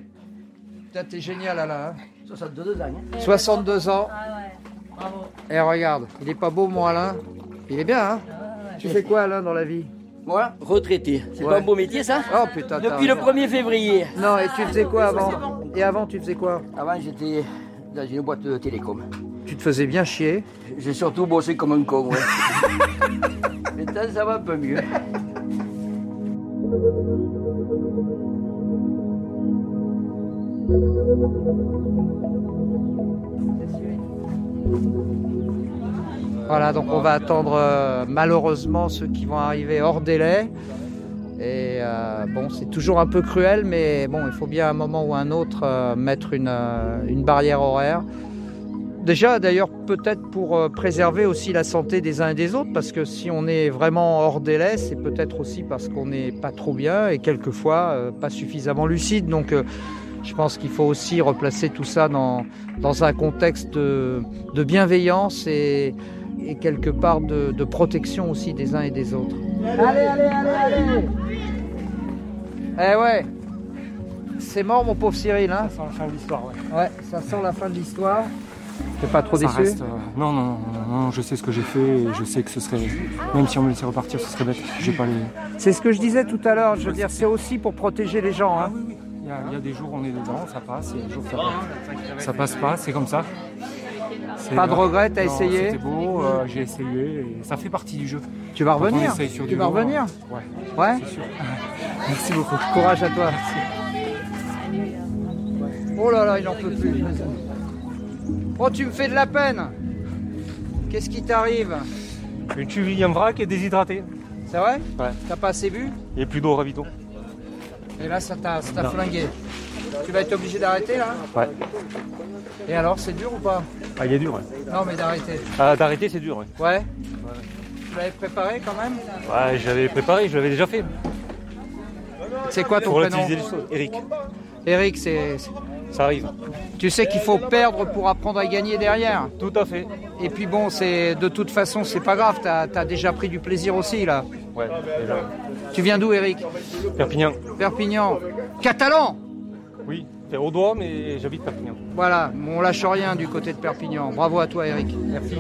Speaker 2: Putain, t'es génial Alain. hein.
Speaker 17: 62 ans. hein.
Speaker 2: 62 ans.
Speaker 13: Ah ouais. Bravo.
Speaker 2: Et regarde, il est pas beau mon Alain. Il est bien hein Tu fais quoi Alain dans la vie
Speaker 17: Moi, retraité. C'est pas un beau métier, ça
Speaker 2: Oh putain. t'as
Speaker 17: Depuis le
Speaker 2: raison.
Speaker 17: 1er février.
Speaker 2: Non et tu faisais quoi avant Et avant tu faisais quoi
Speaker 17: Avant, j'étais dans une boîte de télécom.
Speaker 2: Tu te faisais bien chier.
Speaker 17: J'ai surtout bossé comme un con, ouais. Maintenant, ça va un peu mieux.
Speaker 2: Voilà, donc on va attendre euh, malheureusement ceux qui vont arriver hors délai. Et euh, bon, c'est toujours un peu cruel, mais bon, il faut bien à un moment ou à un autre euh, mettre une, euh, une barrière horaire. Déjà, d'ailleurs, peut-être pour euh, préserver aussi la santé des uns et des autres, parce que si on est vraiment hors délai, c'est peut-être aussi parce qu'on n'est pas trop bien et quelquefois euh, pas suffisamment lucide. Donc, euh, je pense qu'il faut aussi replacer tout ça dans, dans un contexte de, de bienveillance et, et quelque part de, de protection aussi des uns et des autres. Allez, allez, allez, allez Eh ouais C'est mort mon pauvre Cyril, hein
Speaker 18: Sans la fin de l'histoire, ouais.
Speaker 2: Ouais, ça sent la fin de l'histoire. T'es pas trop
Speaker 18: Ça
Speaker 2: déçu
Speaker 18: reste, euh, non, non, non, non, non, je sais ce que j'ai fait et je sais que ce serait. Même si on me laissait repartir, ce serait bête. J'ai pas les.
Speaker 2: C'est ce que je disais tout à l'heure, je veux dire, c'est aussi pour protéger les gens. Hein.
Speaker 18: Ah Il y, a, il y a des jours on est dedans, ça passe, il y a des jours
Speaker 14: Oh,
Speaker 18: ça passe, ça passe pas, c'est comme ça. C'est- euh,
Speaker 2: Pas de regret, t'as
Speaker 18: Non,
Speaker 2: essayé
Speaker 18: C'était beau, euh, j'ai essayé et ça fait partie du jeu.
Speaker 2: Tu vas
Speaker 18: Quand on
Speaker 2: revenir
Speaker 18: essaye sur
Speaker 2: Tu
Speaker 18: du
Speaker 2: vas
Speaker 18: lourd, euh,
Speaker 2: revenir
Speaker 18: Ouais.
Speaker 2: Ouais <laughs>
Speaker 18: c'est sûr. <laughs> Merci beaucoup.
Speaker 2: Courage à toi. Oh là là, il en peut plus. Oh, tu me fais de la peine Qu'est-ce qui t'arrive
Speaker 18: Une cheville en vrac et déshydraté.
Speaker 2: C'est vrai
Speaker 18: Ouais.
Speaker 2: T'as pas assez bu
Speaker 18: Et plus d'eau au ravito.
Speaker 2: Et là, ça t'a ça t'a
Speaker 18: Non.
Speaker 2: flingué. Tu vas être obligé d'arrêter là hein
Speaker 18: Ouais.
Speaker 2: Et alors, c'est dur ou pas
Speaker 18: Ah, il est dur, ouais.
Speaker 2: Non, mais d'arrêter.
Speaker 18: Ah, D'arrêter, c'est dur, ouais.
Speaker 2: Ouais Tu l'avais préparé quand même
Speaker 18: Ouais, j'avais préparé, je l'avais déjà fait.
Speaker 2: C'est quoi ton
Speaker 18: Pour
Speaker 2: prénom
Speaker 18: l'utiliser, les choses. Eric.
Speaker 2: Eric, c'est.
Speaker 18: Ça arrive.
Speaker 2: Tu sais qu'il faut perdre pour apprendre à gagner derrière.
Speaker 18: Tout à fait.
Speaker 2: Et puis bon, c'est de toute façon, c'est pas grave, t'as as déjà pris du plaisir aussi là.
Speaker 18: Ouais, déjà.
Speaker 2: Tu viens d'où, Eric
Speaker 18: Perpignan.
Speaker 2: Perpignan. Catalan
Speaker 18: Oui, c'est au doigt, mais j'habite hein. Perpignan.
Speaker 2: Voilà, on lâche rien du côté de Perpignan. Bravo à toi, Eric. Merci.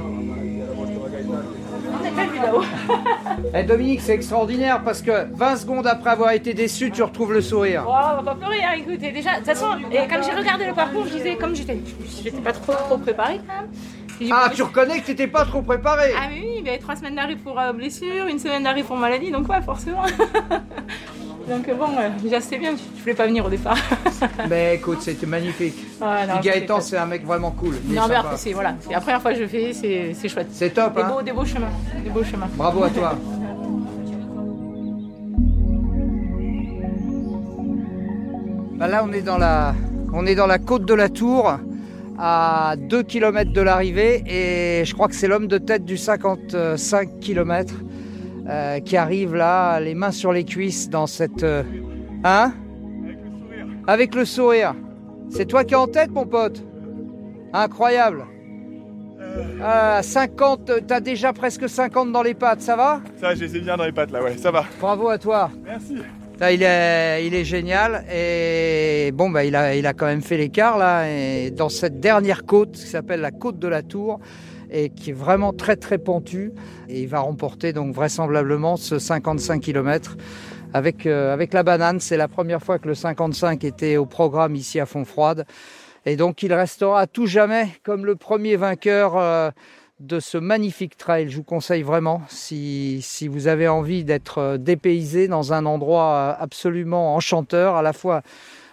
Speaker 2: Eh Dominique, c'est extraordinaire parce que 20 secondes après avoir été déçu, tu retrouves le sourire.
Speaker 14: on va pas pleurer, hein, écoutez. Déjà, de toute façon, et quand j'ai regardé le parcours, je disais, comme j'étais j'étais pas trop, trop préparée quand même. j'ai dit,
Speaker 2: Ah,
Speaker 14: bon,
Speaker 2: tu reconnais que t'étais pas trop préparé
Speaker 14: Ah mais oui, mais trois semaines d'arrêt pour euh, blessure, une semaine d'arrêt pour maladie, donc ouais, forcément. <laughs> Donc bon, euh, déjà c'est bien, je voulais pas venir au départ. <laughs>
Speaker 2: Mais Ben, écoute, c'était magnifique.
Speaker 14: Ah, non,
Speaker 2: Puis
Speaker 14: je
Speaker 2: Gaëtan,
Speaker 14: déteste.
Speaker 2: c'est un mec vraiment cool. il est
Speaker 14: non mais
Speaker 2: sympa.
Speaker 14: après c'est voilà, c'est la première fois que je fais, c'est c'est chouette.
Speaker 2: C'est top,
Speaker 14: Des
Speaker 2: hein.
Speaker 14: beaux, des beaux chemins, des beaux chemins.
Speaker 2: Bravo à toi. Bah là, on est, dans la, on est dans la côte de la Tour, à 2 km de l'arrivée, et je crois que c'est l'homme de tête du 55 km qui arrive là, les mains sur les cuisses, dans cette. euh, hein Avec le sourire. C'est toi qui es en tête, mon pote Incroyable Ah, 50, euh, t'as déjà presque 50 dans les pattes, ça va
Speaker 19: Ça, je les ai bien dans les pattes là, ouais, ça va.
Speaker 2: Bravo à toi
Speaker 19: Merci.
Speaker 2: Là, il, est, il est génial et bon, bah, il, a, il a quand même fait l'écart là et dans cette dernière côte qui s'appelle la côte de la Tour et qui est vraiment très très pentue et il va remporter donc vraisemblablement ce 55 km avec, euh, avec la banane. C'est la première fois que le 55 était au programme ici à Fontfroide et donc il restera à tout jamais comme le premier vainqueur euh, de ce magnifique trail. Je vous conseille vraiment, si, si vous avez envie d'être euh, dépaysé dans un endroit euh, absolument enchanteur, à la fois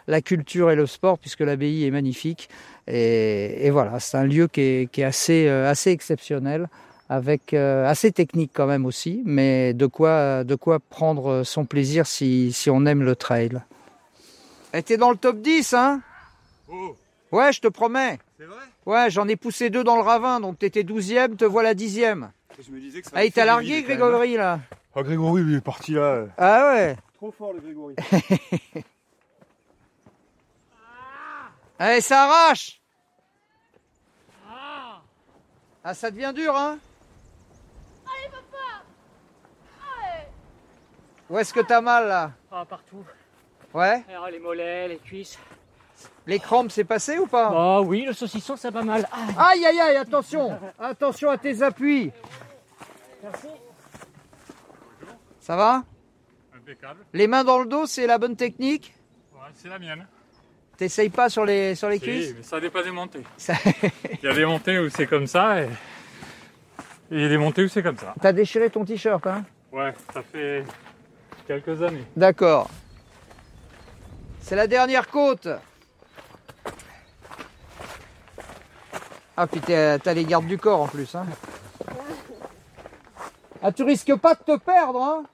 Speaker 2: la culture et le sport, puisque l'abbaye est magnifique. Et, et voilà, c'est un lieu qui est, qui est assez, euh, assez exceptionnel, avec euh, assez technique quand même aussi, mais de quoi, de quoi prendre euh, son plaisir si, si on aime le trail. Et t'es dans le top 10, hein
Speaker 19: Oh.
Speaker 2: Ouais, je te promets. C'est vrai Ouais, j'en ai poussé deux dans le ravin, donc t'étais 12e, te voilà 10e.
Speaker 19: Je me disais que
Speaker 2: Ah, il t'a largué, Grégory, là
Speaker 19: Ah, Grégory, il est parti là.
Speaker 2: Ah
Speaker 19: <laughs>
Speaker 2: ouais
Speaker 19: Trop fort le
Speaker 2: <laughs>
Speaker 19: Grégory.
Speaker 2: Allez, Eh, ça arrache Ah, ça devient dur, hein Où est-ce que t'as mal, là
Speaker 20: Ah, partout.
Speaker 2: Ouais
Speaker 20: Alors, les mollets, les cuisses.
Speaker 2: Les crampes, c'est passé ou pas
Speaker 20: Ah oui, le saucisson, c'est pas mal. Ah.
Speaker 2: Aïe, aïe, aïe, attention Attention à tes appuis
Speaker 20: Merci.
Speaker 2: Ça va
Speaker 5: Impeccable.
Speaker 2: Les mains dans le dos, c'est la bonne technique
Speaker 5: Ouais, c'est la mienne.
Speaker 2: T'essayes pas sur les, sur les
Speaker 5: Si,
Speaker 2: cuisses
Speaker 5: mais ça n'est pas démonté.
Speaker 2: Ça-
Speaker 5: <laughs>
Speaker 2: <laughs>
Speaker 5: Il y a des montées où c'est comme ça et... et il y a des montées où c'est comme ça.
Speaker 2: T'as déchiré ton t-shirt, hein
Speaker 5: Ouais, ça fait quelques années.
Speaker 2: D'accord. C'est la dernière côte. Ah, puis t'es- t'as les gardes du corps en plus. Hein. Ah, tu risques pas de te perdre. Hein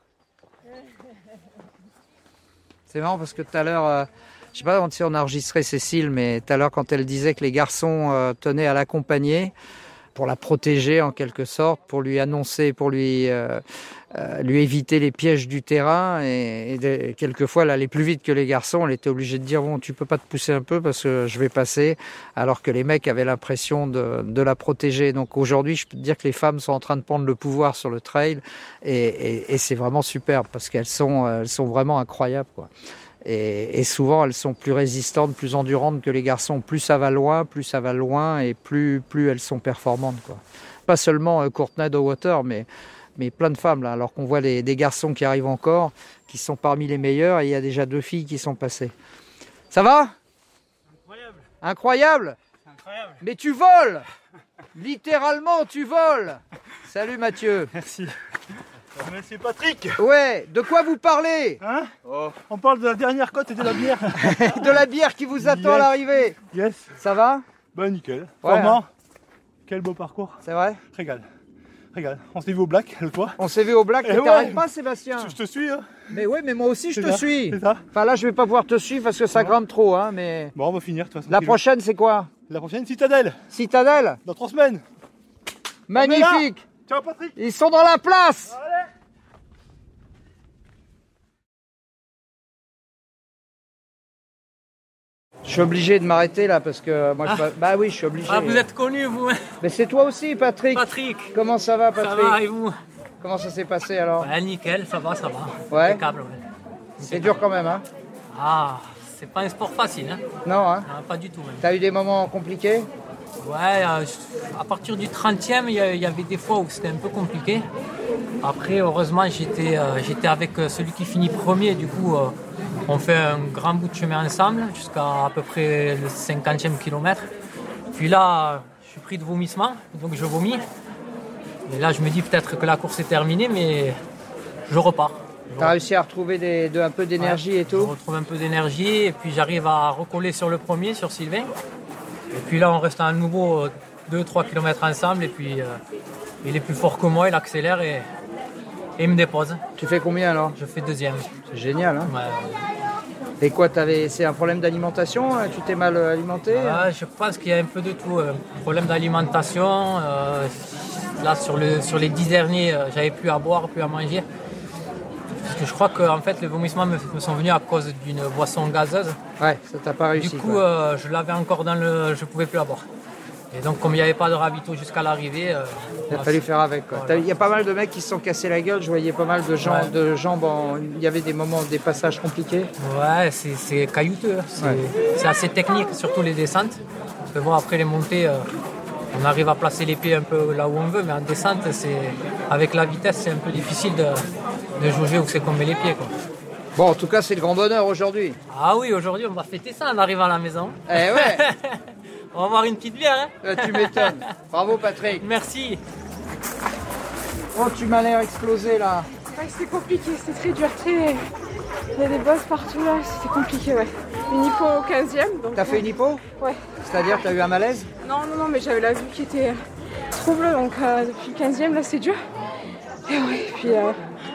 Speaker 2: C'est marrant parce que tout à l'heure, euh, je sais pas si on a enregistré Cécile, mais tout à l'heure, quand elle disait que les garçons euh, tenaient à l'accompagner pour la protéger en quelque sorte, pour lui annoncer, pour lui. euh, euh, lui éviter les pièges du terrain et, et de- et quelquefois elle allait plus vite que les garçons elle était obligée de dire bon tu peux pas te pousser un peu parce que je vais passer alors que les mecs avaient l'impression de, de la protéger donc aujourd'hui je peux te dire que les femmes sont en train de prendre le pouvoir sur le trail et, et- et c'est vraiment superbe parce qu'elles sont euh, elles sont vraiment incroyables quoi et, et souvent elles sont plus résistantes plus endurantes que les garçons plus ça va loin plus ça va loin et plus plus elles sont performantes quoi pas seulement euh, Courtenay de Water mais mais plein de femmes là, alors qu'on voit les- des garçons qui arrivent encore, qui sont parmi les meilleurs, et il y a déjà deux filles qui sont passées. Ça va Incroyable Incroyable Mais tu voles Littéralement, tu voles Salut Mathieu Merci
Speaker 7: C'est Patrick
Speaker 2: Ouais, de quoi vous parlez
Speaker 7: Hein
Speaker 5: Oh.
Speaker 7: On parle de la dernière côte et de la bière.
Speaker 2: <laughs> De la bière qui vous attend à
Speaker 7: Yes.
Speaker 2: l'arrivée
Speaker 7: Yes
Speaker 2: Ça va
Speaker 7: Bah nickel.
Speaker 2: Ouais,
Speaker 7: Vraiment Quel beau parcours.
Speaker 2: C'est vrai
Speaker 7: Regarde. Regarde, on s'est vu au black l'autre fois.
Speaker 2: On s'est vu au black, mais t'arrêtes pas Sébastien
Speaker 7: Eh Je te suis hein.
Speaker 2: Mais ouais, mais moi aussi je
Speaker 7: C'est
Speaker 2: te
Speaker 7: ça,
Speaker 2: suis
Speaker 7: c'est ça.
Speaker 2: Enfin là, je vais pas pouvoir te suivre parce que ça grimpe trop, hein, mais... Ah.
Speaker 7: Bon on va finir de toute façon.
Speaker 2: La prochaine, c'est quoi
Speaker 7: La prochaine citadelle
Speaker 2: Citadelle
Speaker 7: Dans trois semaines
Speaker 2: Magnifique
Speaker 7: Ciao Patrick
Speaker 2: Ils sont dans la place Je suis obligé de m'arrêter là parce que moi je
Speaker 21: Ah.
Speaker 2: peux- Bah oui, je suis obligé.
Speaker 21: Ah, vous êtes connu,
Speaker 20: hein.
Speaker 21: vous
Speaker 2: Mais c'est toi aussi, Patrick
Speaker 21: Patrick
Speaker 2: Comment ça va,
Speaker 21: Ça
Speaker 2: Patrick
Speaker 21: va, et vous
Speaker 2: Comment ça s'est passé alors
Speaker 21: Ouais, Bah, Nickel, ça va, ça va.
Speaker 2: Ouais.
Speaker 21: Impeccable, ouais.
Speaker 2: C'est dur quand même, hein
Speaker 21: Ah, c'est pas un sport facile, hein
Speaker 2: Non, hein
Speaker 21: Ah, Pas du tout, même.
Speaker 2: T'as eu des moments compliqués
Speaker 21: Ouais, euh, à partir du 30e, il y a- il y avait des fois où c'était un peu compliqué. Après, heureusement, j'étais euh, j'étais avec euh, celui qui finit premier. Du coup, euh, on fait un grand bout de chemin ensemble jusqu'à à peu près le 50e kilomètre. Puis là, euh, je suis pris de vomissement, donc je vomis. Et là, je me dis peut-être que la course est terminée, mais je repars.
Speaker 2: T'as réussi à retrouver des- de- un peu d'énergie et tout
Speaker 21: Je retrouve un peu d'énergie et puis j'arrive à recoller sur le premier, sur Sylvain. Et puis là, on reste à nouveau euh, 2-3 km ensemble et puis euh, il est plus fort que moi, il accélère et, et il me dépose.
Speaker 2: Tu fais combien alors
Speaker 21: Je fais deuxième.
Speaker 2: C'est génial, hein Et quoi, t'avais, c'est un problème d'alimentation hein Tu t'es mal euh, alimenté
Speaker 21: Ah, je pense qu'il y a un peu de tout. euh, Problème d'alimentation. euh, là, sur, le, sur les dix derniers, euh, j'avais plus à boire, plus à manger. Parce que je crois que en fait, les vomissements me, me sont venus à cause d'une boisson gazeuse.
Speaker 2: Ouais, ça t'a pas réussi.
Speaker 21: Du coup,
Speaker 2: quoi.
Speaker 21: euh, je l'avais encore dans le. Je pouvais plus la boire. Et donc, comme il n'y avait pas de ravito jusqu'à l'arrivée. euh,
Speaker 2: Il a
Speaker 21: voilà,
Speaker 2: fallu
Speaker 21: c'est-
Speaker 2: faire avec. quoi.
Speaker 21: voilà.
Speaker 2: T'as- Il y a pas mal de mecs qui se sont cassés la gueule. Je voyais pas mal de, gens,
Speaker 21: Ouais.
Speaker 2: de jambes. en- Il y avait des moments, des passages compliqués.
Speaker 21: Ouais, c'est- c'est caillouteux. hein. C'est
Speaker 2: Ouais.
Speaker 21: c'est assez technique, surtout les descentes. Parce que bon, après les montées, euh, on arrive à placer les pieds un peu là où on veut, mais en descente, c'est avec la vitesse, c'est un peu difficile de, de jauger où c'est qu'on met les pieds. Quoi.
Speaker 2: Bon, en tout cas, c'est le grand bonheur aujourd'hui.
Speaker 21: Ah oui, aujourd'hui, on va fêter ça en arrivant à la maison.
Speaker 2: Eh ouais
Speaker 21: <laughs> On va boire une petite bière. hein.
Speaker 2: Là, tu
Speaker 21: <laughs>
Speaker 2: m'étonnes. Bravo, Patrick.
Speaker 21: Merci.
Speaker 2: Oh, tu m'as l'air explosé là.
Speaker 1: Ouais, c'était compliqué, c'était très dur, très... Il y a des bosses partout là, c'était compliqué, ouais. Une hypo au 15e, donc...
Speaker 2: T'as fait une hypo
Speaker 1: Ouais.
Speaker 2: C'est-à-dire, t'as eu un malaise
Speaker 1: Non, non, non, mais j'avais la vue qui était euh, trouble, donc euh, depuis le 15e, là, c'est dur. Et ouais, puis euh,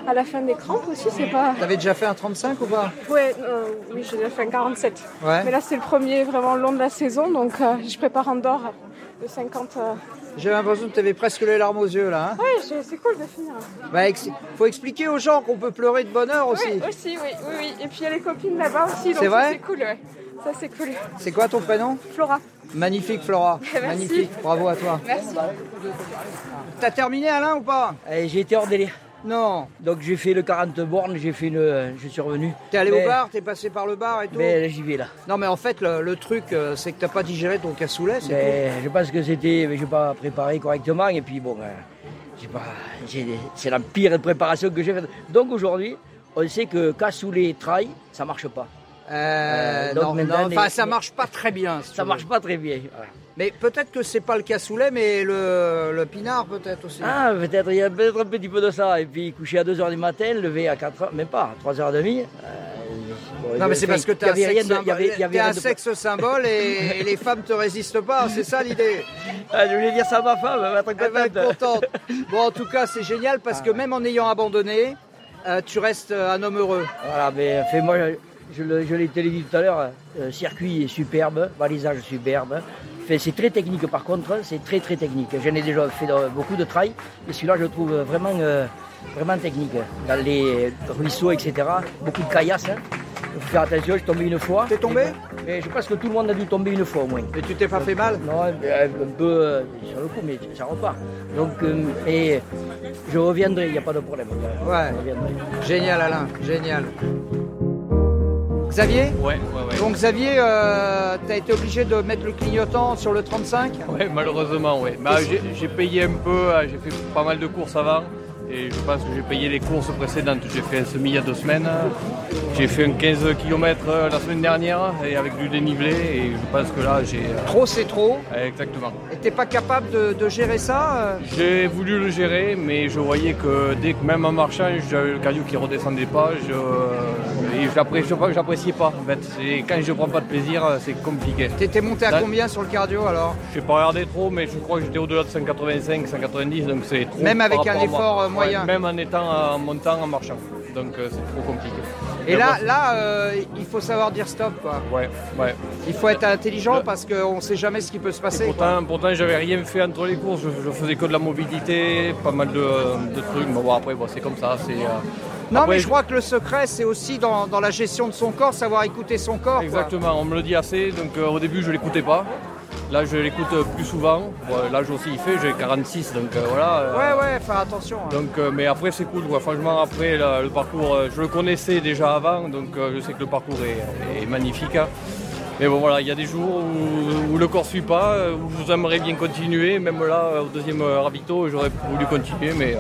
Speaker 1: à la fin des crampes aussi, c'est pas...
Speaker 2: T'avais déjà fait un 35 ou pas
Speaker 1: Ouais, euh, oui, j'ai déjà fait un 47.
Speaker 2: Ouais.
Speaker 1: Mais là, c'est le premier vraiment long de la saison, donc euh, je prépare en dehors le 50... euh.
Speaker 2: J'ai l'impression que t'avais presque les larmes aux yeux là. hein.
Speaker 1: Ouais, j'ai- c'est cool de finir.
Speaker 2: Bah, ex- faut expliquer aux gens qu'on peut pleurer de bonheur aussi.
Speaker 1: Oui, aussi, oui, oui, oui. Et puis il y a les copines là-bas aussi, donc
Speaker 2: C'est
Speaker 1: ça,
Speaker 2: vrai
Speaker 1: c'est cool, ouais. Ça, c'est cool.
Speaker 2: C'est quoi ton prénom
Speaker 1: Flora.
Speaker 2: Magnifique Flora.
Speaker 1: <laughs> Merci.
Speaker 2: Magnifique. Bravo à toi.
Speaker 1: Merci.
Speaker 2: T'as terminé Alain ou pas
Speaker 17: Eh, J'ai été hors délire.
Speaker 2: Non.
Speaker 17: Donc j'ai fait le 40 bornes, j'ai fait une, euh, je suis revenu.
Speaker 2: T'es allé
Speaker 17: Mais-
Speaker 2: au bar, t'es passé par le bar et tout
Speaker 17: Mais là, j'y vais là.
Speaker 2: Non mais en fait le, le truc euh, c'est que t'as pas digéré ton cassoulet, c'est
Speaker 17: Mais
Speaker 2: tout.
Speaker 17: je pense que c'était, mais j'ai pas préparé correctement et puis bon, euh, j'ai pas, j'ai- c'est la pire préparation que j'ai faite. Donc aujourd'hui, on sait que cassoulet trail, ça marche pas.
Speaker 2: Euh,
Speaker 17: donc
Speaker 2: non,
Speaker 17: maintenant,
Speaker 2: non, enfin,
Speaker 17: les-
Speaker 2: ça marche pas très bien.
Speaker 17: Ça marche pas très bien.
Speaker 2: Mais peut-être que c'est pas le cassoulet, mais le, le pinard peut-être aussi.
Speaker 17: Ah, peut-être, il y a peut-être un petit peu de ça. Et puis couché à 2h du matin, levé à 4h, même pas, 3h30.
Speaker 2: non mais c'est parce que t'es
Speaker 17: tu
Speaker 2: un,
Speaker 17: avait rien
Speaker 2: sexe,
Speaker 17: de, il y avait, il y avait
Speaker 2: t'es
Speaker 17: rien
Speaker 2: un
Speaker 17: de-
Speaker 2: sexe symbole et, et les femmes te résistent pas, c'est ça l'idée.
Speaker 17: <laughs> Ah, je voulais dire ça à ma femme, elle va être contente. Ah,
Speaker 2: Bon en tout cas c'est génial parce que même en ayant abandonné, euh, tu restes euh, un homme heureux.
Speaker 17: Voilà, mais fait, moi, je, le- je l'ai te l'ai dit tout à l'heure, euh, circuit est superbe, balisage superbe. Fait, c'est très technique par contre, c'est très très technique. J'en ai déjà fait dans beaucoup de trail, et celui-là je le trouve vraiment, euh, vraiment technique. Dans les ruisseaux, etc., beaucoup de caillasses. hein. Il faut faire attention, je suis tombé une fois. T'es tombé mais je pense que tout le monde a dû tomber une fois au moins.
Speaker 2: Et tu t'es pas fait mal
Speaker 17: Non, un un peu euh, sur le coup, mais ça repart. Donc, euh, mais je reviendrai, il n'y a pas de problème.
Speaker 2: Ouais. Génial Alain, génial. Xavier
Speaker 22: Ouais, ouais, ouais.
Speaker 2: Donc Xavier, euh, t'as été obligé de mettre le clignotant sur le 35
Speaker 22: Ouais, malheureusement, ouais. Bah, j'ai j'ai payé un peu, euh, j'ai fait pas mal de courses avant. Et je pense que j'ai payé les courses précédentes. J'ai fait un semi il y a deux semaines. J'ai fait un 15 km la semaine dernière et avec du dénivelé. Et je pense que là, j'ai. euh,
Speaker 2: Trop c'est trop.
Speaker 22: ouais, Exactement.
Speaker 2: Et t'es pas capable de, de gérer ça euh
Speaker 22: J'ai voulu le gérer, mais je voyais que dès que même en marchant, j'avais le cardio qui redescendait pas. Je et j'appré- je crois que j'appréciais pas. En fait, C'est- quand je prends pas de plaisir, c'est compliqué.
Speaker 2: T'étais monté à combien sur le cardio alors
Speaker 22: J'ai pas regardé trop, mais je crois que j'étais au-delà de 185, 190, donc c'est trop.
Speaker 2: Même
Speaker 22: par
Speaker 2: avec un
Speaker 22: rapport à moi.
Speaker 2: effort, euh,
Speaker 22: Ouais,
Speaker 2: moyen.
Speaker 22: même en étant euh, en montant, en marchant. Donc euh, c'est trop compliqué.
Speaker 2: Et là,
Speaker 22: bon,
Speaker 2: là euh, il faut savoir dire stop quoi.
Speaker 22: Ouais, ouais. Euh,
Speaker 2: Il faut être intelligent parce qu'on sait jamais ce qui peut se passer.
Speaker 22: Et pourtant, pourtant j'avais rien fait entre les courses, je, je faisais que de la mobilité, pas mal de, euh, de trucs. Mais bon, après, bon, c'est comme ça. c'est, euh,
Speaker 2: Non
Speaker 22: après,
Speaker 2: mais je crois que le secret c'est aussi dans, dans la gestion de son corps, savoir écouter son corps. quoi.
Speaker 22: Exactement, on me le dit assez, donc euh, au début je l'écoutais pas. Là je l'écoute euh, plus souvent. Bon, L'âge aussi il fait, j'ai 46, donc euh, voilà. euh,
Speaker 2: Ouais ouais, faire attention. hein.
Speaker 22: Donc, euh, mais après, c'est cool. quoi. Franchement, après, là, le parcours, euh, je le connaissais déjà avant, donc euh, je sais que le parcours est, est magnifique. hein. Mais bon, voilà, il y a des jours où, où le corps ne suit pas, euh, où j'aimerais bien continuer. Même là, euh, au deuxième euh, ravito, j'aurais voulu continuer, mais euh,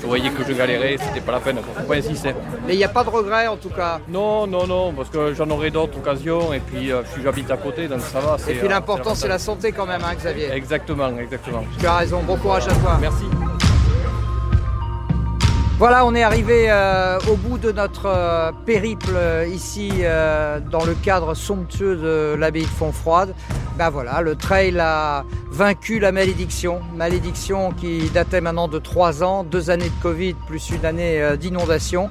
Speaker 22: je voyais que je galérais, c'était pas la peine. quoi. Faut pas insister.
Speaker 2: Mais il n'y a pas de regret en tout cas.
Speaker 22: Non, non, non, parce que j'en aurai d'autres occasions, et puis euh, puis j'habite à côté, donc ça va. c'est,
Speaker 2: Et puis
Speaker 22: euh,
Speaker 2: l'important c'est la
Speaker 22: l'avantage.
Speaker 2: santé quand même, hein, Xavier.
Speaker 22: Exactement, exactement.
Speaker 2: Tu as raison, bon courage à toi.
Speaker 22: Merci.
Speaker 2: Voilà, on est arrivé euh, au bout de notre euh, périple euh, ici euh, dans le cadre somptueux de l'abbaye de Fontfroide. Ben voilà, le trail a vaincu la malédiction, malédiction qui datait maintenant de trois ans, deux années de Covid plus une année euh, d'inondation.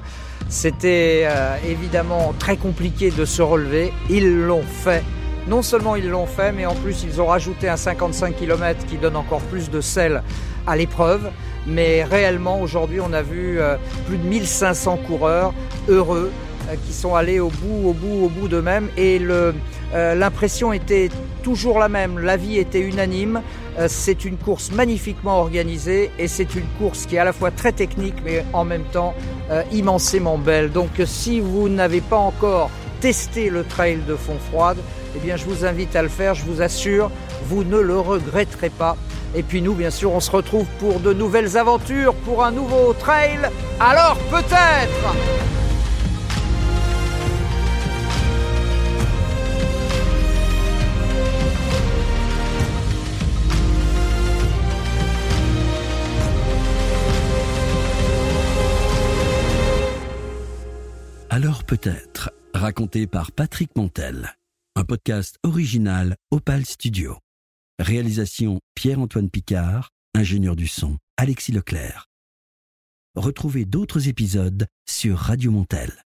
Speaker 2: C'était euh, évidemment très compliqué de se relever. Ils l'ont fait. Non seulement ils l'ont fait, mais en plus ils ont rajouté un 55 km qui donne encore plus de sel à l'épreuve. Mais réellement, aujourd'hui, on a vu euh, plus de 1500 coureurs heureux euh, qui sont allés au bout, au bout, au bout d'eux-mêmes. Et le- euh, l'impression était toujours la même, l'avis était unanime. Euh, c'est une course magnifiquement organisée et c'est une course qui est à la fois très technique mais en même temps euh, immensément belle. Donc euh, si vous n'avez pas encore testé le trail de fond froide, eh bien je vous invite à le faire, je vous assure, vous ne le regretterez pas. Et puis nous, bien sûr, on se retrouve pour de nouvelles aventures, pour un nouveau trail. Alors peut-être
Speaker 7: Alors peut-être, raconté par Patrick Montel, un podcast original Opal Studio. Réalisation Pierre-Antoine Picard, ingénieur du son Alexis Leclerc. Retrouvez d'autres épisodes sur Radio Montel.